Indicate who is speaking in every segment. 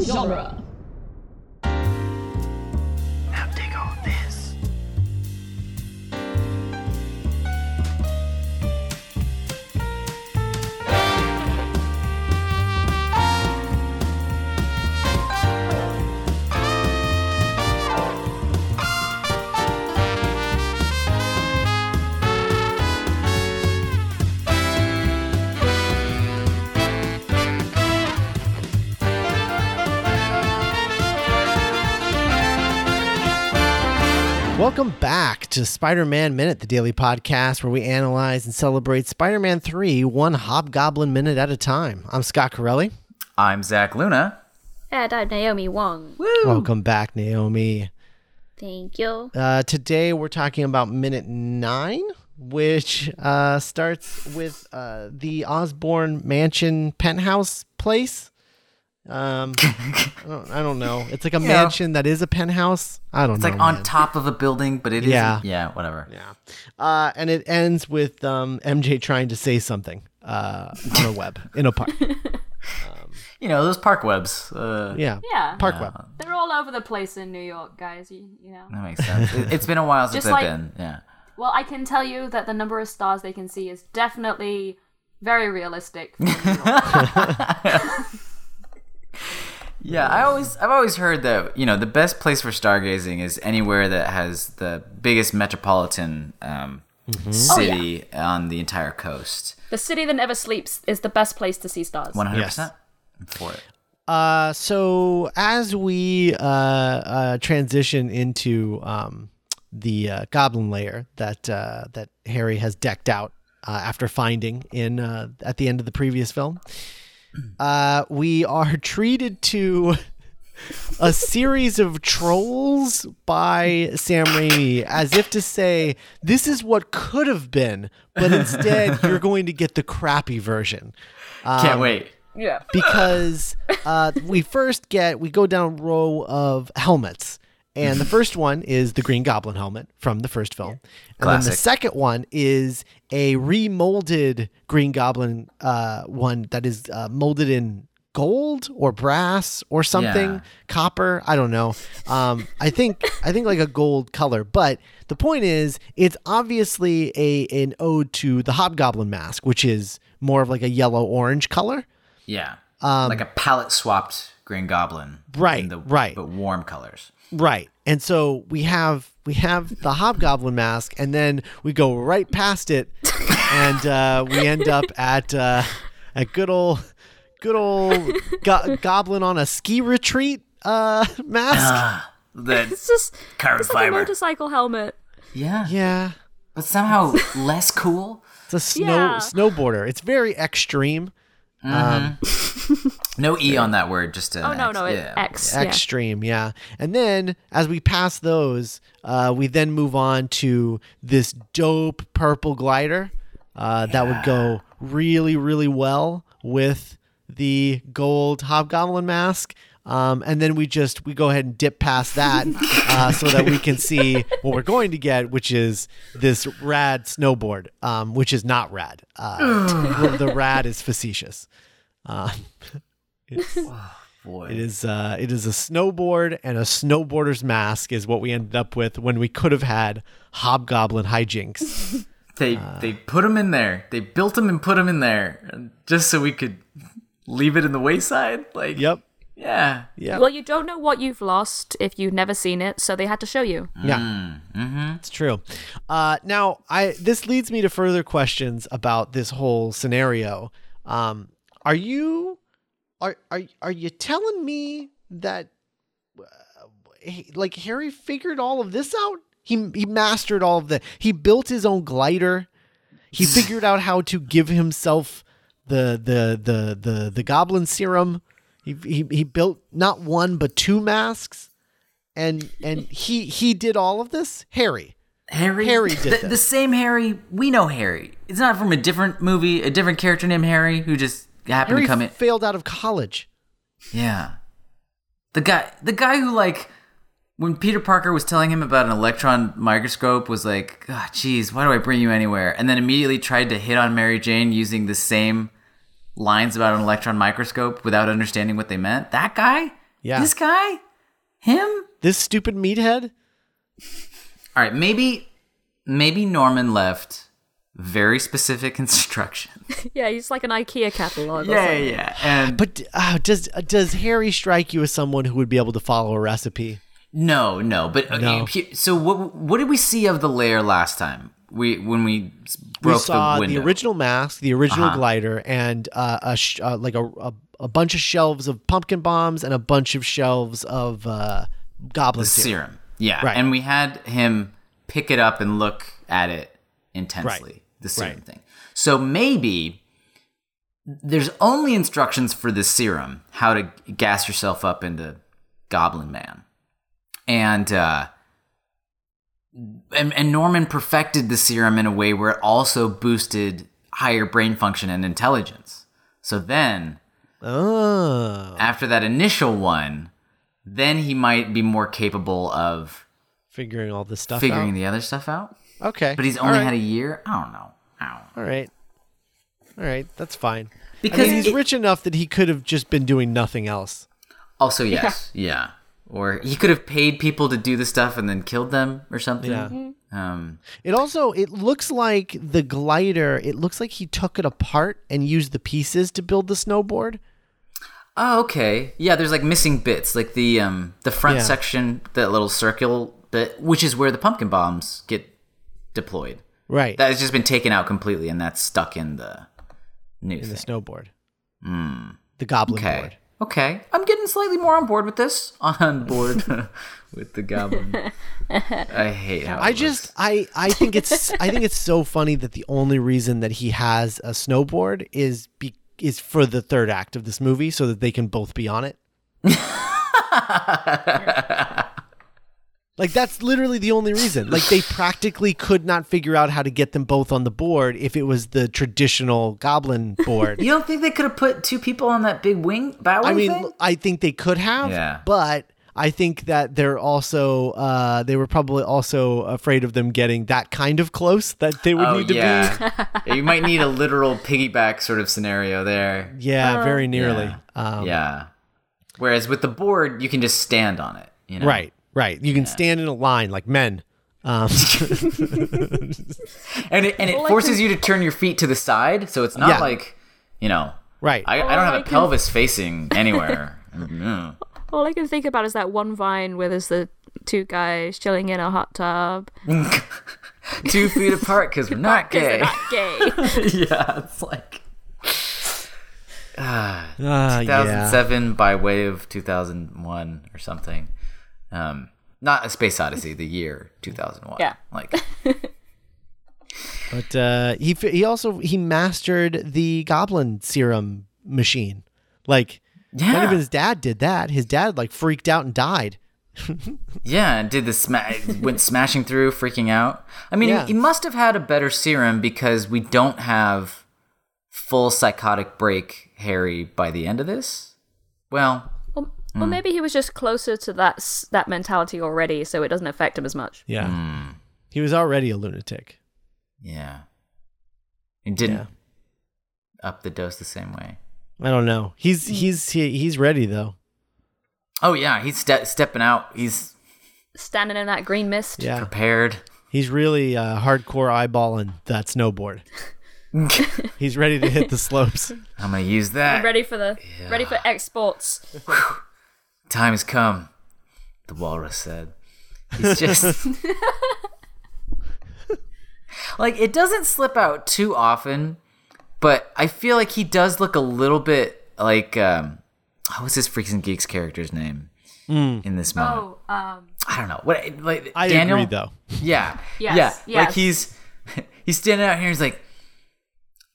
Speaker 1: genre.
Speaker 2: Now dig on this.
Speaker 3: Welcome back to Spider Man Minute, the daily podcast where we analyze and celebrate Spider Man 3 one hobgoblin minute at a time. I'm Scott Corelli.
Speaker 4: I'm Zach Luna.
Speaker 1: And I'm Naomi Wong.
Speaker 3: Welcome back, Naomi.
Speaker 1: Thank you.
Speaker 3: Uh, today we're talking about minute nine, which uh, starts with uh, the Osborne Mansion penthouse place. Um, I, don't, I don't know. It's like a mansion that is a penthouse. I don't
Speaker 4: It's
Speaker 3: know.
Speaker 4: like
Speaker 3: Oh,
Speaker 4: on
Speaker 3: man.
Speaker 4: top of a building, but it is
Speaker 3: Yeah.
Speaker 4: yeah. yeah, whatever.
Speaker 3: Yeah. Uh, and it ends with um, MJ trying to say something uh, on a web in a park.
Speaker 4: You know, those park webs. Uh,
Speaker 3: Yeah.
Speaker 5: Yeah.
Speaker 3: Park web.
Speaker 5: They're all over the place in New York, guys. You, you know.
Speaker 4: That makes sense. It, it's been a while since
Speaker 5: Just
Speaker 4: I've
Speaker 5: like-
Speaker 4: been. Yeah.
Speaker 5: Well, I can tell you that the number of stars they can see is definitely very realistic. for New York.
Speaker 4: Yeah, I always I've always heard that, you know, the best place for stargazing is anywhere that has the biggest metropolitan um, city on the entire coast.
Speaker 5: the city that never sleeps is the best place to see stars.
Speaker 4: 100%
Speaker 3: Yes.
Speaker 4: I'm for it.
Speaker 3: Uh, so as we uh, uh, transition into um, the uh, goblin lair that uh, that Harry has decked out uh, after finding in uh, at the end of the previous film, uh, we are treated to a series of trolls by Sam Raimi, as if to say, "This is what could have been, but instead you're going to get the crappy version."
Speaker 4: Can't wait.
Speaker 5: Yeah.
Speaker 3: because uh, we first get we go down a row of helmets and the first one is the green goblin helmet from the first film and then the
Speaker 4: Classic.
Speaker 3: second one is a remolded green goblin uh, one that is uh, molded in gold or brass or something
Speaker 4: Yeah.
Speaker 3: copper i don't know um, i think i think like a gold color but the point is it's obviously a an ode to the hobgoblin mask which is more of like a yellow orange color
Speaker 4: Yeah. like a palette swapped Green Goblin.
Speaker 3: Right,
Speaker 4: in the-
Speaker 3: right.
Speaker 4: But warm colors.
Speaker 3: Right. And so we have we have the hobgoblin mask, and then we go right past it, and uh, we end up at uh, a good old good old go- goblin on a ski retreat uh, mask.
Speaker 4: That's
Speaker 1: It's just
Speaker 4: carbon
Speaker 1: it's like a
Speaker 4: fiber.
Speaker 1: motorcycle helmet.
Speaker 4: yeah.
Speaker 3: Yeah,
Speaker 4: But somehow less cool.
Speaker 3: it's a snow
Speaker 1: Yeah.
Speaker 3: snowboarder. It's very extreme.
Speaker 4: No E on that word, just a
Speaker 1: Oh no, no, it,
Speaker 4: yeah.
Speaker 1: X. yeah.
Speaker 3: extreme yeah and then as we pass those uh, we then move on to this dope purple glider uh, that would go really really well with the gold hobgoblin mask um, and then we just we go ahead and dip past that uh, so that we can see what we're going to get which is this rad snowboard um, which is not rad uh, the rad is facetious Um,
Speaker 4: Boy.
Speaker 3: It is uh, it is a snowboard and a snowboarder's mask is what we ended up with when we could have had hobgoblin hijinks.
Speaker 4: They
Speaker 3: uh,
Speaker 4: they put him in there. They built him and put him in there uh, just so we could leave it in the wayside. Like
Speaker 3: yep.
Speaker 4: yeah.
Speaker 3: Yeah.
Speaker 1: Well, you don't know what you've lost if you've never seen it, so they had to show you.
Speaker 3: Yeah. It's true. Uh, now, I this leads me to further questions about this whole scenario. Um, are you are are are you telling me that uh, he- like Harry figured all of this out? He he mastered all of the. He built his own glider. He figured out how to give himself the the the the the goblin serum. He he, he built not one but two masks and and he he did all of this harry
Speaker 4: Harry
Speaker 3: Harry did
Speaker 4: the,
Speaker 3: that.
Speaker 4: the same Harry we know Harry. It's not from a different movie, a different character named Harry who just happened
Speaker 3: harry
Speaker 4: to come in.
Speaker 3: failed out of college
Speaker 4: Yeah. The guy the guy who like when Peter Parker was telling him about an electron microscope was like, "Ah, jeez, why do I bring you anywhere?" and then immediately tried to hit on Mary Jane using the same lines about an electron microscope without understanding what they meant. That guy?
Speaker 3: Yeah.
Speaker 4: This guy? Him?
Speaker 3: this stupid meathead?
Speaker 4: All right, maybe maybe Norman left very specific instructions.
Speaker 1: Yeah, he's like an IKEA catalog. or
Speaker 4: Yeah,
Speaker 1: something.
Speaker 4: yeah, yeah. And
Speaker 3: But uh, does uh, does Harry strike you as someone who would be able to follow a recipe?
Speaker 4: no, no. But okay,
Speaker 3: No.
Speaker 4: he- so what? What did we see of the lair last time? We when we s-
Speaker 3: We
Speaker 4: broke
Speaker 3: saw
Speaker 4: the
Speaker 3: the,
Speaker 4: window. Uh-huh.
Speaker 3: original mask, the original glider, and uh, a sh- uh, like a, a a bunch of shelves of pumpkin bombs and a bunch of shelves of uh, goblin
Speaker 4: the
Speaker 3: serum.
Speaker 4: serum. Yeah,
Speaker 3: Right.
Speaker 4: and we had him pick it up and look at it intensely.
Speaker 3: Right.
Speaker 4: The serum
Speaker 3: Right.
Speaker 4: thing. So maybe there's only instructions for the serum, how to gas yourself up into Goblin Man, and uh, and, and Norman perfected the serum in a way where it also boosted higher brain function and intelligence. So then
Speaker 3: Oh,
Speaker 4: after that initial one, then he might be more capable of
Speaker 3: figuring all this stuff
Speaker 4: figuring
Speaker 3: out.
Speaker 4: the other stuff out.
Speaker 3: okay,
Speaker 4: But he's
Speaker 3: All
Speaker 4: only
Speaker 3: right.
Speaker 4: had a year. I don't know. I don't know.
Speaker 3: All right, all right, that's fine. I
Speaker 4: Because
Speaker 3: mean, he's
Speaker 4: it-
Speaker 3: rich enough that he could have just been doing nothing else.
Speaker 4: Also, yes, yeah. Or he could have paid people to do the stuff and then killed them or something.
Speaker 3: Yeah.
Speaker 4: Um,
Speaker 3: It also it looks like the glider. It looks like he took it apart and used the pieces to build the snowboard.
Speaker 4: oh, okay. Yeah, there's like missing bits, like the um, the front
Speaker 3: Yeah.
Speaker 4: section, that little circle bit, which is where the pumpkin bombs get deployed.
Speaker 3: Right,
Speaker 4: That has just been taken out completely, and that's stuck in the new
Speaker 3: in the
Speaker 4: thing.
Speaker 3: snowboard. The goblin
Speaker 4: Hmm. Okay.
Speaker 3: board.
Speaker 4: Okay. I'm getting slightly more on board with this. On board with the goblin. I hate how
Speaker 3: I
Speaker 4: it
Speaker 3: just
Speaker 4: looks.
Speaker 3: I I think it's I think it's so funny that the only reason that he has a snowboard is be, is for the third act of this movie so that they can both be on it. Like that's literally the only reason. Like they practically could not figure out how to get them both on the board if it was the traditional goblin board.
Speaker 4: You don't think they could have put two people on that big wing bow
Speaker 3: I
Speaker 4: wing
Speaker 3: mean,
Speaker 4: thing?
Speaker 3: I think they could have,
Speaker 4: Yeah.
Speaker 3: but I think that they're also uh, they were probably also afraid of them getting that kind of close that they would
Speaker 4: Oh
Speaker 3: need to be.
Speaker 4: yeah. you might need a literal piggyback sort of scenario there.
Speaker 3: Yeah, very nearly.
Speaker 4: yeah.
Speaker 3: Um,
Speaker 4: yeah. Whereas with the board, you can just stand on it. You know?
Speaker 3: Right, right. You can stand in a line like men. Um,
Speaker 4: And it, and it forces you to turn your feet to the side, so it's not
Speaker 3: Yeah.
Speaker 4: like, you know,
Speaker 3: right.
Speaker 4: I, I don't have a
Speaker 1: I can-
Speaker 4: pelvis facing anywhere. Mm.
Speaker 1: All I can think about is that one vine where there's the two guys chilling in a hot tub.
Speaker 4: two feet apart because we're not
Speaker 1: 'Cause
Speaker 4: gay.
Speaker 1: they're not gay.
Speaker 4: yeah, it's like
Speaker 3: Ah, yeah.
Speaker 4: 2007 by way of 2001 or something. Um, not a space odyssey, the year 2001.
Speaker 5: Yeah.
Speaker 4: like
Speaker 3: But uh, he fi- he also he mastered the goblin serum machine. Like not even
Speaker 4: yeah,
Speaker 3: his dad did that. His dad like freaked out and died.
Speaker 4: yeah. and Did the sma- went smashing through, freaking out. I mean,
Speaker 3: Yeah.
Speaker 4: he must have had a better serum because we don't have full psychotic break Harry by the end of this. Well,
Speaker 1: Or, or maybe he was just closer to that s- that mentality already, so it doesn't affect him as much.
Speaker 3: Yeah.
Speaker 4: Mm.
Speaker 3: He was already a lunatic.
Speaker 4: hmm, yeah, it didn't
Speaker 3: Yeah.
Speaker 4: up the dose the same way.
Speaker 3: I don't know.
Speaker 4: Mm.
Speaker 3: He's he's he, he's ready though.
Speaker 4: Oh yeah, he's ste- stepping out. He's
Speaker 1: Standing in that green mist.
Speaker 3: Yeah.
Speaker 4: prepared.
Speaker 3: He's really uh, hardcore eyeballing that snowboard. he's ready to hit the slopes.
Speaker 4: I'm gonna use
Speaker 1: I'm
Speaker 4: that.
Speaker 1: ready for the ready for exports.
Speaker 4: Time has come. The walrus said. He's just like it doesn't slip out too often, but I feel like he does look a little bit like um, what was his freaks and geeks character's name in this moment?
Speaker 5: Oh, um,
Speaker 4: I don't know. What like
Speaker 3: Hmm. I
Speaker 4: Daniel?
Speaker 3: agree though.
Speaker 4: Yeah.
Speaker 5: Yes,
Speaker 4: yeah. Like
Speaker 5: yes.
Speaker 4: he's he's standing out here. He's like,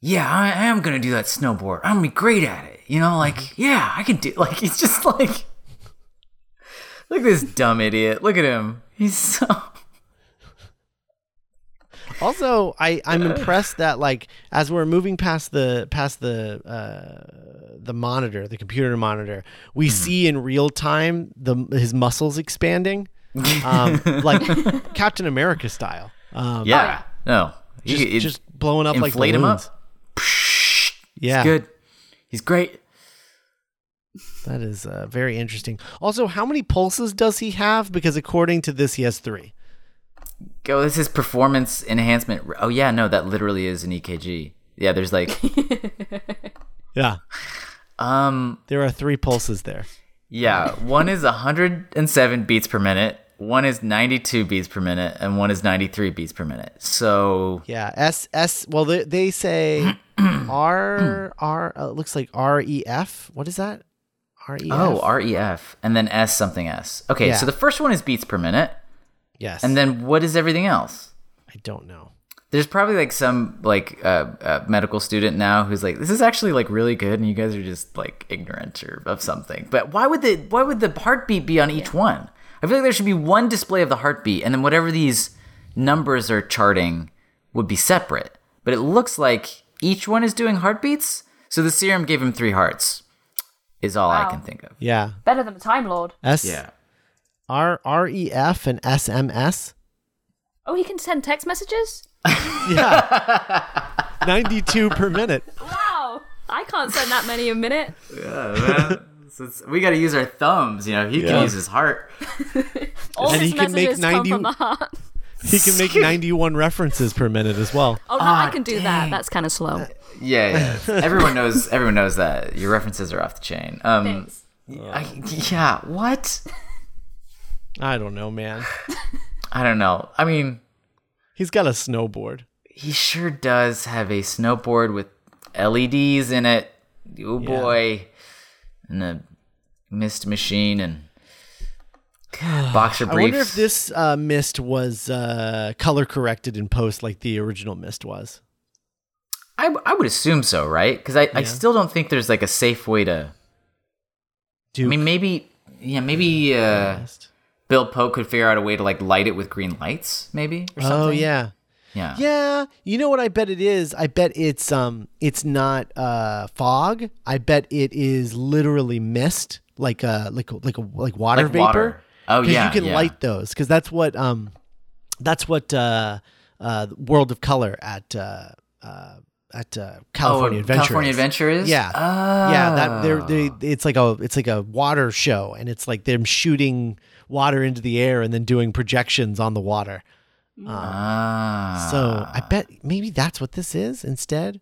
Speaker 4: yeah, I am gonna do that snowboard. I'm gonna be great at it. You know, like yeah, I can do. Like he's just like, look at this dumb idiot. Look at him. He's so
Speaker 3: Also, I I'm impressed that like as we're moving past the past the uh, the monitor, the computer monitor, we
Speaker 4: Mm.
Speaker 3: see in real time the his muscles expanding, um, like Captain America style. Um,
Speaker 4: yeah. No, he-
Speaker 3: just,
Speaker 4: it-
Speaker 3: just blowing up like
Speaker 4: inflate him
Speaker 3: balloons.
Speaker 4: up.
Speaker 3: Yeah,
Speaker 4: Good. He's great.
Speaker 3: That is uh, very interesting. Also, how many pulses does he have? Because according to this, he has three.
Speaker 4: Go. This is performance enhancement. Oh yeah, no, that literally is an EKG. Yeah, there's like
Speaker 3: Yeah,
Speaker 4: um
Speaker 3: there are three pulses there.
Speaker 4: yeah, one is 107 beats per minute, one is 92 beats per minute, and one is 93 beats per minute. So
Speaker 3: Yeah, S S. Well, they, they say R R. Uh, it looks like R E F. What is that? R E F.
Speaker 4: oh REF and then S something S. Okay,
Speaker 3: Yeah.
Speaker 4: so the first one is beats per minute,
Speaker 3: yes.
Speaker 4: and then what is everything else?
Speaker 3: I don't know.
Speaker 4: There's probably like some like uh, uh, medical student now who's like, this is actually like really good, and you guys are just like ignorant or of something. But why would the why would the heartbeat be on each one? I feel like there should be one display of the heartbeat, and then whatever these numbers are charting would be separate. But it looks like each one is doing heartbeats. So the serum gave him three hearts, is all I
Speaker 5: Wow.
Speaker 4: can think of.
Speaker 3: Yeah.
Speaker 5: Better than the Time Lord.
Speaker 3: S R R E F and S M S.
Speaker 1: Oh, he can send text messages?
Speaker 3: Yeah. Ninety-two per minute.
Speaker 1: Wow! I can't send that many a minute.
Speaker 4: So it's- we got to use our thumbs. You know, he
Speaker 3: Yeah.
Speaker 4: can use his heart.
Speaker 1: All
Speaker 3: And
Speaker 1: his
Speaker 3: he can make
Speaker 1: messages come
Speaker 3: 90
Speaker 1: from the heart.
Speaker 3: He can make ninety-one references per minute as well.
Speaker 1: Oh, no, I can do that. That's kind of slow.
Speaker 4: Yeah, yeah. everyone knows. Everyone knows that your references are off the chain. Um,
Speaker 5: Thanks.
Speaker 4: I, yeah. What?
Speaker 3: I don't know, man.
Speaker 4: I don't know. I mean,
Speaker 3: He's got a snowboard.
Speaker 4: he sure does have a snowboard with LEDs in it. Oh boy, and a mist machine and boxer
Speaker 3: I
Speaker 4: briefs.
Speaker 3: wonder if this uh, mist was uh, color corrected in post, like the original mist was.
Speaker 4: I, I would assume so, right? Because I, I
Speaker 3: Yeah.
Speaker 4: still don't think there's like a safe way to.
Speaker 3: Duke
Speaker 4: I mean, maybe yeah, maybe uh,
Speaker 3: mist.
Speaker 4: Bill Pope could figure out a way to like light it with green lights, maybe. Or something.
Speaker 3: Oh yeah.
Speaker 4: yeah,
Speaker 3: Yeah, you know what I bet it is? I bet it's um it's not uh fog. I bet it is literally mist, like uh like like like water
Speaker 4: Like
Speaker 3: vapor.
Speaker 4: water. Oh,
Speaker 3: 'Cause
Speaker 4: yeah,
Speaker 3: you can
Speaker 4: yeah.
Speaker 3: light those cuz that's what um that's what uh uh World of Color at uh uh at uh, California
Speaker 4: oh,
Speaker 3: Adventure.
Speaker 4: California
Speaker 3: is.
Speaker 4: Adventure is?
Speaker 3: Yeah.
Speaker 4: Oh.
Speaker 3: Yeah, that they're, they it's like a it's like a water show and it's like them shooting water into the air and then doing projections on the water.
Speaker 4: Oh. Ah.
Speaker 3: uh, So I bet maybe that's what this is instead.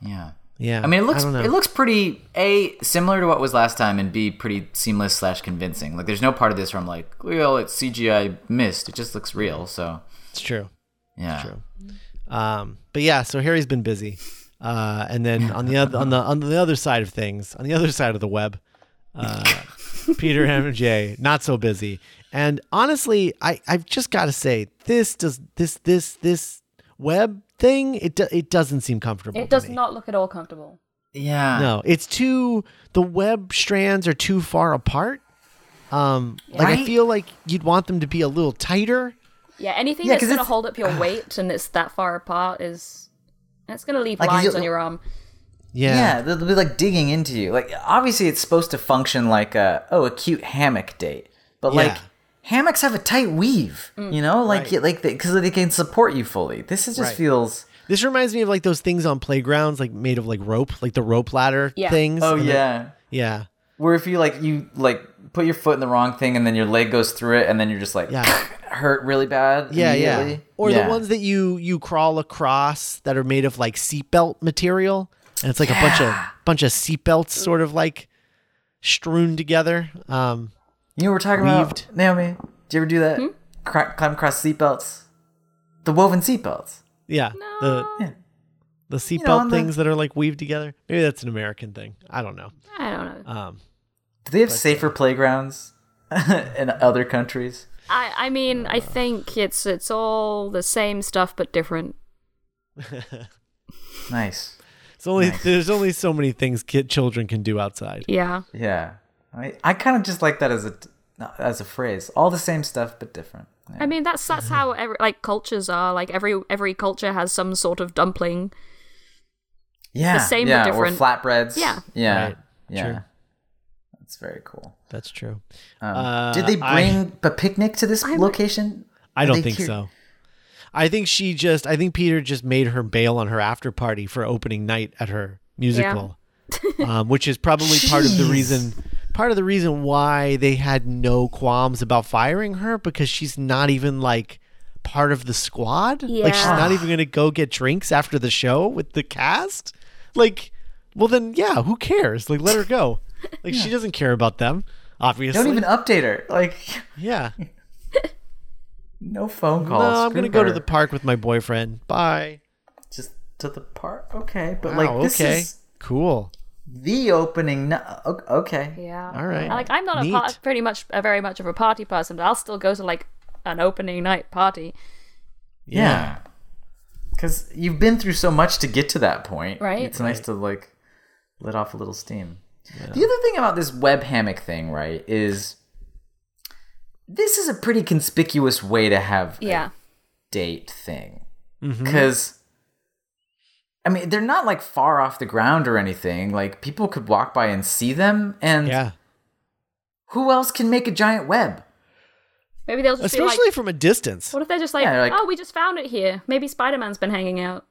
Speaker 4: Yeah.
Speaker 3: Yeah.
Speaker 4: I mean, it looks
Speaker 3: don't know.
Speaker 4: it looks pretty a similar to what was last time, and b pretty seamless slash convincing. Like, there's no part of this where I'm like, well, it's CGI missed. It just looks real. So
Speaker 3: it's true.
Speaker 4: yeah.
Speaker 3: True. Um, but yeah, so Harry's been busy. Uh, and then on the other on the on the other side of things, on the other side of the web, uh, Peter MJ not so busy. And honestly, I I've just got to say this does this this this web thing it do, it doesn't seem comfortable.
Speaker 5: It
Speaker 3: to
Speaker 5: does
Speaker 3: me.
Speaker 5: not look at all comfortable.
Speaker 4: Yeah.
Speaker 3: No, it's too the web strands are too far apart. Um, like I
Speaker 4: Right?
Speaker 3: feel like you'd want them to be a little tighter.
Speaker 5: Yeah, anything
Speaker 4: Yeah,
Speaker 5: that's
Speaker 4: 'cause
Speaker 5: gonna
Speaker 4: it's-
Speaker 5: hold up your weight and it's that far apart is that's gonna leave
Speaker 4: Like, is
Speaker 5: lines
Speaker 4: it-
Speaker 5: on your arm.
Speaker 4: Yeah, they'll be like digging into you. Like obviously it's supposed to function like a oh a cute hammock date, but
Speaker 3: Yeah. Mm,
Speaker 4: like hammocks have a tight weave, you know, like
Speaker 3: Right.
Speaker 4: you- like because they can support you fully. This is just
Speaker 3: Right.
Speaker 4: feels
Speaker 3: This reminds me of like those things on playgrounds, like made of like rope, like the rope ladder
Speaker 5: Yeah.
Speaker 3: things.
Speaker 4: oh
Speaker 3: And then-
Speaker 4: yeah,
Speaker 3: yeah,
Speaker 4: where if you like you like put your foot in the wrong thing and then your leg goes through it and then you're just like
Speaker 3: Yeah.
Speaker 4: hurt really bad.
Speaker 3: yeah, yeah.
Speaker 4: immediately.
Speaker 3: Or
Speaker 4: Yeah.
Speaker 3: the ones that you you crawl across that are made of like seatbelt material, and it's like a bunch of bunch of seatbelts sort of like strewn together. Um,
Speaker 4: you know, we're talking
Speaker 3: weaved.
Speaker 4: about Naomi. Did you ever do
Speaker 1: Hmm?
Speaker 4: that? Cra- climb across seatbelts, the woven seatbelts.
Speaker 3: yeah, the
Speaker 4: Yeah.
Speaker 3: the seatbelt
Speaker 4: on the-
Speaker 3: things that are like weaved together. Maybe that's an American thing. I don't know.
Speaker 5: I don't know.
Speaker 3: Um,
Speaker 4: Do they have safer playgrounds in other countries?
Speaker 1: I, I mean, I think it's it's all the same stuff but different.
Speaker 4: Nice.
Speaker 3: it's only there's only so many things kid children can do outside.
Speaker 1: Yeah.
Speaker 4: Yeah. I mean, I kind of just like that as a as a phrase. All the same stuff but different. Yeah.
Speaker 1: I mean, that's that's how every like cultures are. Like every every culture has some sort of dumpling.
Speaker 4: yeah.
Speaker 1: the same but
Speaker 4: yeah,
Speaker 1: different.
Speaker 4: Or flatbreads.
Speaker 1: Yeah.
Speaker 4: Yeah.
Speaker 3: Right.
Speaker 4: Yeah.
Speaker 3: True.
Speaker 4: That's very cool.
Speaker 3: That's true.
Speaker 4: Um,
Speaker 3: Uh,
Speaker 4: did they
Speaker 3: I-
Speaker 4: bring a picnic to this location?
Speaker 3: I
Speaker 4: Are
Speaker 3: don't
Speaker 4: they
Speaker 3: think
Speaker 4: cur-
Speaker 3: so. I think she just I think Peter just made her bail on her after party for opening night at her musical. um, which is probably part of the reason part of the reason why they had no qualms about firing her because she's not even like part of the squad. Like she's
Speaker 1: Yeah.
Speaker 3: not even going to go get drinks after the show with the cast. Like, well then, yeah, who cares? Like, let her go. Like she doesn't care about them, obviously.
Speaker 4: Don't even update her. Like
Speaker 3: yeah.
Speaker 4: no phone
Speaker 3: No,
Speaker 4: calls.
Speaker 3: I'm
Speaker 4: Screw
Speaker 3: going to go to
Speaker 4: her.
Speaker 3: the park with my boyfriend. Bye.
Speaker 4: just to the park. Okay,
Speaker 3: Wow,
Speaker 4: but like this
Speaker 3: okay.
Speaker 4: is
Speaker 3: Cool.
Speaker 4: the opening. No- o- okay,
Speaker 5: Yeah.
Speaker 3: All right.
Speaker 1: And, like I'm not
Speaker 3: Neat.
Speaker 1: a part, pretty much a very much of a party person, but I'll still go to like an opening night party.
Speaker 4: yeah. Because you've been through so much to get to that point.
Speaker 1: Right.
Speaker 4: It's nice to like let off a little steam. The other thing about this web hammock thing, right, is this is a pretty conspicuous way to have a
Speaker 1: Yeah.
Speaker 4: date thing
Speaker 3: Mm-hmm.
Speaker 4: because i mean they're not like far off the ground or anything like people could walk by and see them and
Speaker 3: Yeah.
Speaker 4: who else can make a giant web
Speaker 1: Maybe they'll just
Speaker 3: Especially
Speaker 1: be like,
Speaker 3: from a distance.
Speaker 1: what if they're just like,
Speaker 4: Yeah, like-
Speaker 1: oh, we just found it here. Maybe Spider Man's been hanging out.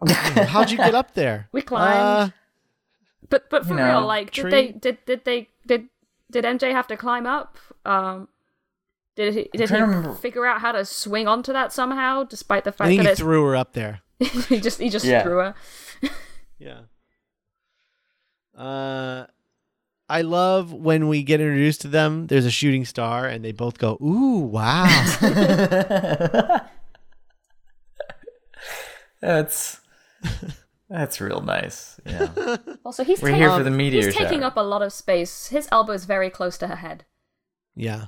Speaker 3: Mm, How'd you get up there? Uh,
Speaker 1: We climbed. But but for
Speaker 4: You know,
Speaker 1: real, like,
Speaker 3: tree-
Speaker 1: did they did did they did did MJ have to climb up? Um, did he did
Speaker 4: trying to remember.
Speaker 1: he figure out how to swing onto that somehow, despite the
Speaker 3: I
Speaker 1: fact
Speaker 3: think
Speaker 1: that
Speaker 3: he
Speaker 1: it's
Speaker 3: threw her up there.
Speaker 1: he just he just
Speaker 4: Yeah.
Speaker 1: threw her.
Speaker 3: Yeah. Uh, I love when we get introduced to them. There's a shooting star, and they both go, "Ooh, wow!"
Speaker 4: that's that's real nice yeah
Speaker 1: Also, he's
Speaker 4: we're
Speaker 1: taking,
Speaker 4: here for the meteor
Speaker 1: he's taking
Speaker 4: shower.
Speaker 1: up a lot of space. His elbow is very close to her head.
Speaker 3: yeah.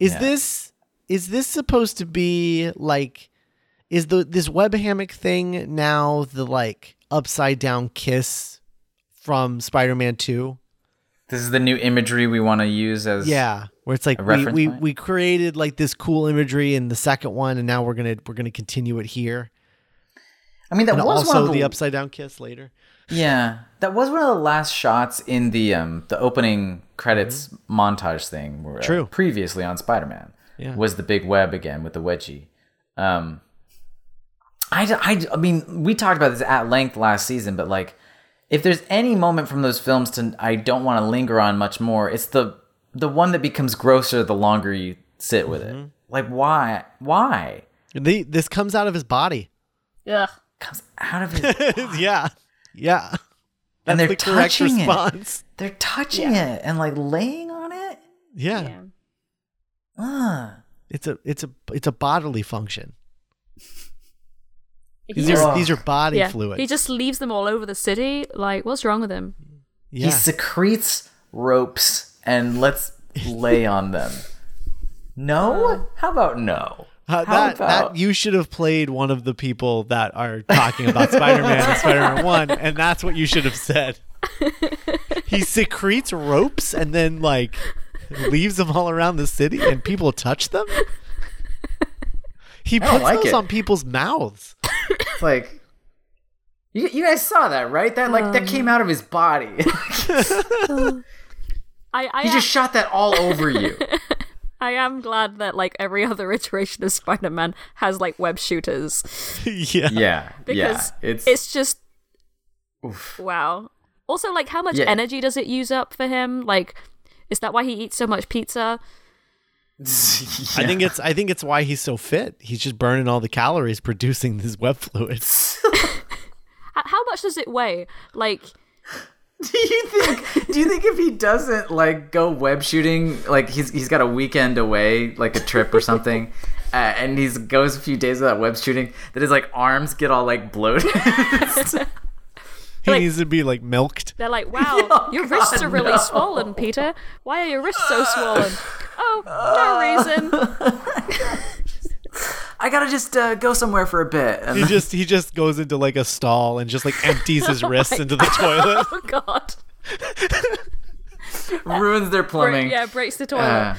Speaker 3: Is
Speaker 4: Yeah.
Speaker 3: this is this supposed to be like? Is the this web hammock thing now the like upside down kiss from Spider-Man Two?
Speaker 4: this is the new imagery we want to use as
Speaker 3: Yeah, where it's like
Speaker 4: A
Speaker 3: we
Speaker 4: reference
Speaker 3: we,
Speaker 4: point?
Speaker 3: we created like this cool imagery in the second one, and now we're gonna we're gonna continue it here,
Speaker 4: i mean that
Speaker 3: and
Speaker 4: was
Speaker 3: also
Speaker 4: one of
Speaker 3: the, upside down kiss later.
Speaker 4: Yeah, that was one of the last shots in the um the opening credits montage thing. Where, uh,
Speaker 3: Mm-hmm. True.
Speaker 4: previously on Spider Man,
Speaker 3: Yeah.
Speaker 4: was the big web again with the wedgie. Um, I, d- I d- I mean we talked about this at length last season, but like if there's any moment from those films to I don't want to linger on much more, it's the the one that becomes grosser the longer you sit with
Speaker 3: Mm-hmm.
Speaker 4: it. Like why why
Speaker 3: The, this comes out of his body.
Speaker 1: Ugh.
Speaker 4: comes out of his
Speaker 3: yeah, yeah. That's
Speaker 4: and they're
Speaker 3: the correct
Speaker 4: touching it.
Speaker 3: response.
Speaker 4: They're touching it and like laying on it.
Speaker 3: Yeah.
Speaker 1: Yeah.
Speaker 4: Uh,
Speaker 1: Ah.
Speaker 3: it's a it's a it's a bodily function.
Speaker 1: He
Speaker 3: These
Speaker 1: just-
Speaker 3: are these are body
Speaker 1: yeah.
Speaker 3: fluids.
Speaker 1: He just leaves them all over the city. Like, what's wrong with him?
Speaker 3: yeah.
Speaker 4: He secretes ropes and lets lay on them.
Speaker 1: Uh.
Speaker 4: No? How about no?
Speaker 3: Uh,
Speaker 4: How
Speaker 3: that, that you should have played one of the people that are talking about Spider-Man and Spider-Man One, and that's what you should have said. He secretes ropes and then like leaves them all around the city, and people touch them. He
Speaker 4: I don't
Speaker 3: puts
Speaker 4: like
Speaker 3: those
Speaker 4: it.
Speaker 3: on people's mouths.
Speaker 4: It's like you, you guys saw that, right? That like that
Speaker 1: Um.
Speaker 4: came out of his body.
Speaker 1: I I,
Speaker 4: he
Speaker 1: am,
Speaker 4: just shot that all over you.
Speaker 1: I am glad that like every other iteration of Spider-Man has like web shooters
Speaker 3: yeah.
Speaker 4: Yeah.
Speaker 1: because
Speaker 4: yeah.
Speaker 1: it's just wow. Also, like, how much
Speaker 4: Yeah.
Speaker 1: energy does it use up for him? Like, is that why he eats so much pizza?
Speaker 3: I think it's I think it's why he's so fit. He's just burning all the calories producing these web fluids.
Speaker 1: H- how much does it weigh? Like,
Speaker 4: Do you think? Do you think if he doesn't like go web shooting, like he's he's got a weekend away, like a trip or something, uh, and he goes a few days without web shooting, that his like arms get all like bloated?
Speaker 3: He
Speaker 1: Like-
Speaker 3: needs to be like milked.
Speaker 1: They're like, wow, your wrists are really swollen, Peter. Why are your wrists so swollen? Oh, no reason.
Speaker 4: I gotta just uh, go somewhere for a bit. And
Speaker 3: He just he just goes into like a stall and just like empties his wrists into the toilet.
Speaker 1: Oh, God.
Speaker 4: ruins their
Speaker 1: Bre-
Speaker 4: plumbing.
Speaker 1: yeah, breaks the toilet.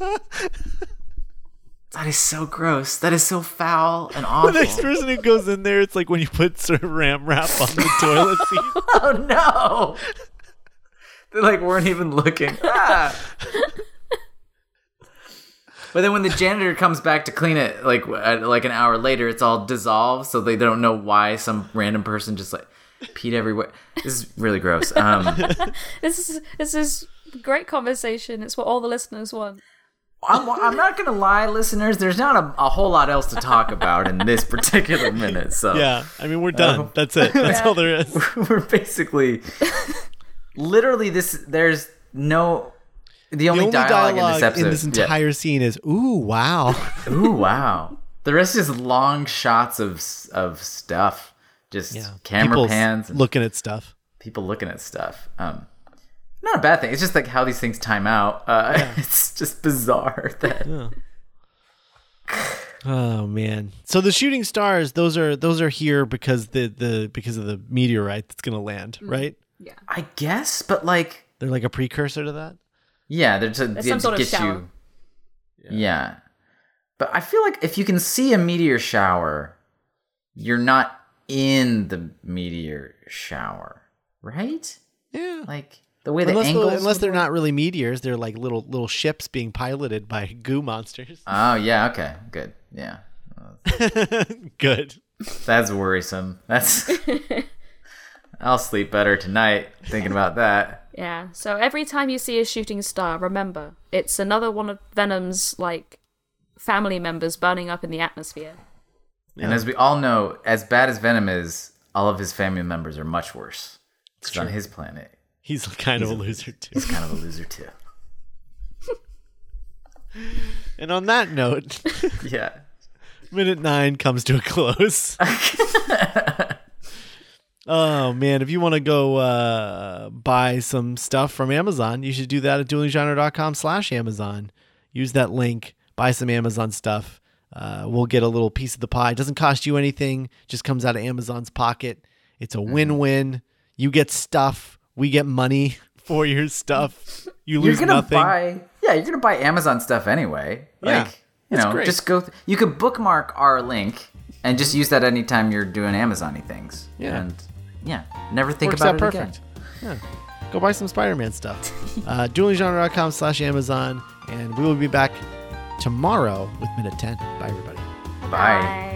Speaker 4: Uh, that is so gross. That is so foul and
Speaker 3: The next
Speaker 4: awful.
Speaker 3: person who goes in there, it's like when you put saran wrap on the toilet seat.
Speaker 4: oh no! They like weren't even looking. Ah. but then when the janitor comes back to clean it, like uh, like an hour later, it's all dissolved, so they don't know why some random person just like Pete everywhere. This is really gross. Um,
Speaker 1: This is this is great conversation. It's what all the listeners want.
Speaker 4: I'm, I'm not gonna lie, listeners. There's not a, a whole lot else to talk about in this particular minute, so
Speaker 3: Yeah, I mean we're done. That's it. That's all there is.
Speaker 4: Uh-huh. we're basically, literally, this. There's no. The
Speaker 3: The
Speaker 4: only,
Speaker 3: only
Speaker 4: dialogue, in this
Speaker 3: dialogue
Speaker 4: episode.
Speaker 3: in this
Speaker 4: yeah.
Speaker 3: entire scene is "Ooh, wow."
Speaker 4: Ooh, wow. The rest is long shots of s- of stuff, just camera
Speaker 3: People
Speaker 4: pans, and
Speaker 3: looking at stuff.
Speaker 4: people looking at stuff. Um, not a bad thing. It's just like how these things time out. Uh, It's just bizarre that
Speaker 3: Oh man! So the shooting stars, those are those are here because the the because of the meteorite that's gonna land,
Speaker 4: Mm-hmm.
Speaker 3: right?
Speaker 4: I guess, but like,
Speaker 3: They're like a precursor to that.
Speaker 4: yeah, they're to,
Speaker 1: There's
Speaker 4: they-
Speaker 1: some
Speaker 4: to
Speaker 1: sort of
Speaker 4: get
Speaker 1: shower.
Speaker 4: you. Yeah. but I feel like if you can see a meteor shower, you're not in the meteor shower, right?
Speaker 3: Yeah.
Speaker 4: Like the way the
Speaker 3: unless
Speaker 4: angles,
Speaker 3: the- unless they're not really meteors, they're like little little ships being piloted by goo monsters.
Speaker 4: Oh yeah, okay, good, yeah.
Speaker 3: Good.
Speaker 4: That's worrisome. That's. I'll sleep better tonight thinking about that.
Speaker 1: Yeah. So every time you see a shooting star, remember it's another one of Venom's like family members burning up in the atmosphere.
Speaker 4: And as we all know, as bad as Venom is, all of his family members are much worse. Because on his planet,
Speaker 3: He's kind of a loser too.
Speaker 4: he's kind of a loser too.
Speaker 3: And on that note,
Speaker 4: Yeah.
Speaker 3: minute nine comes to a close. oh man, if you want to go uh, buy some stuff from Amazon, you should do that at duelinggenre.com slash Amazon. Use that link, buy some Amazon stuff. Uh, we'll get a little piece of the pie. It doesn't cost you anything, just comes out of Amazon's pocket. It's a
Speaker 4: Mm-hmm.
Speaker 3: win win. You get stuff, we get money for your stuff. You
Speaker 4: You're
Speaker 3: lose
Speaker 4: gonna
Speaker 3: nothing.
Speaker 4: buy. Yeah, you're gonna buy Amazon stuff anyway.
Speaker 3: Yeah,
Speaker 4: Like, you
Speaker 3: that's
Speaker 4: know,
Speaker 3: great.
Speaker 4: just go. Th- you could bookmark our link and just use that anytime you're doing Amazon-y things.
Speaker 3: Yeah.
Speaker 4: And yeah, never think
Speaker 3: Works
Speaker 4: about
Speaker 3: out
Speaker 4: it again.
Speaker 3: perfect. Yeah. Go buy some Spider-Man stuff. uh, duelinggenre.com slash Amazon. And we will be back tomorrow with Minute 10. Bye, everybody.
Speaker 4: Bye.
Speaker 5: Bye.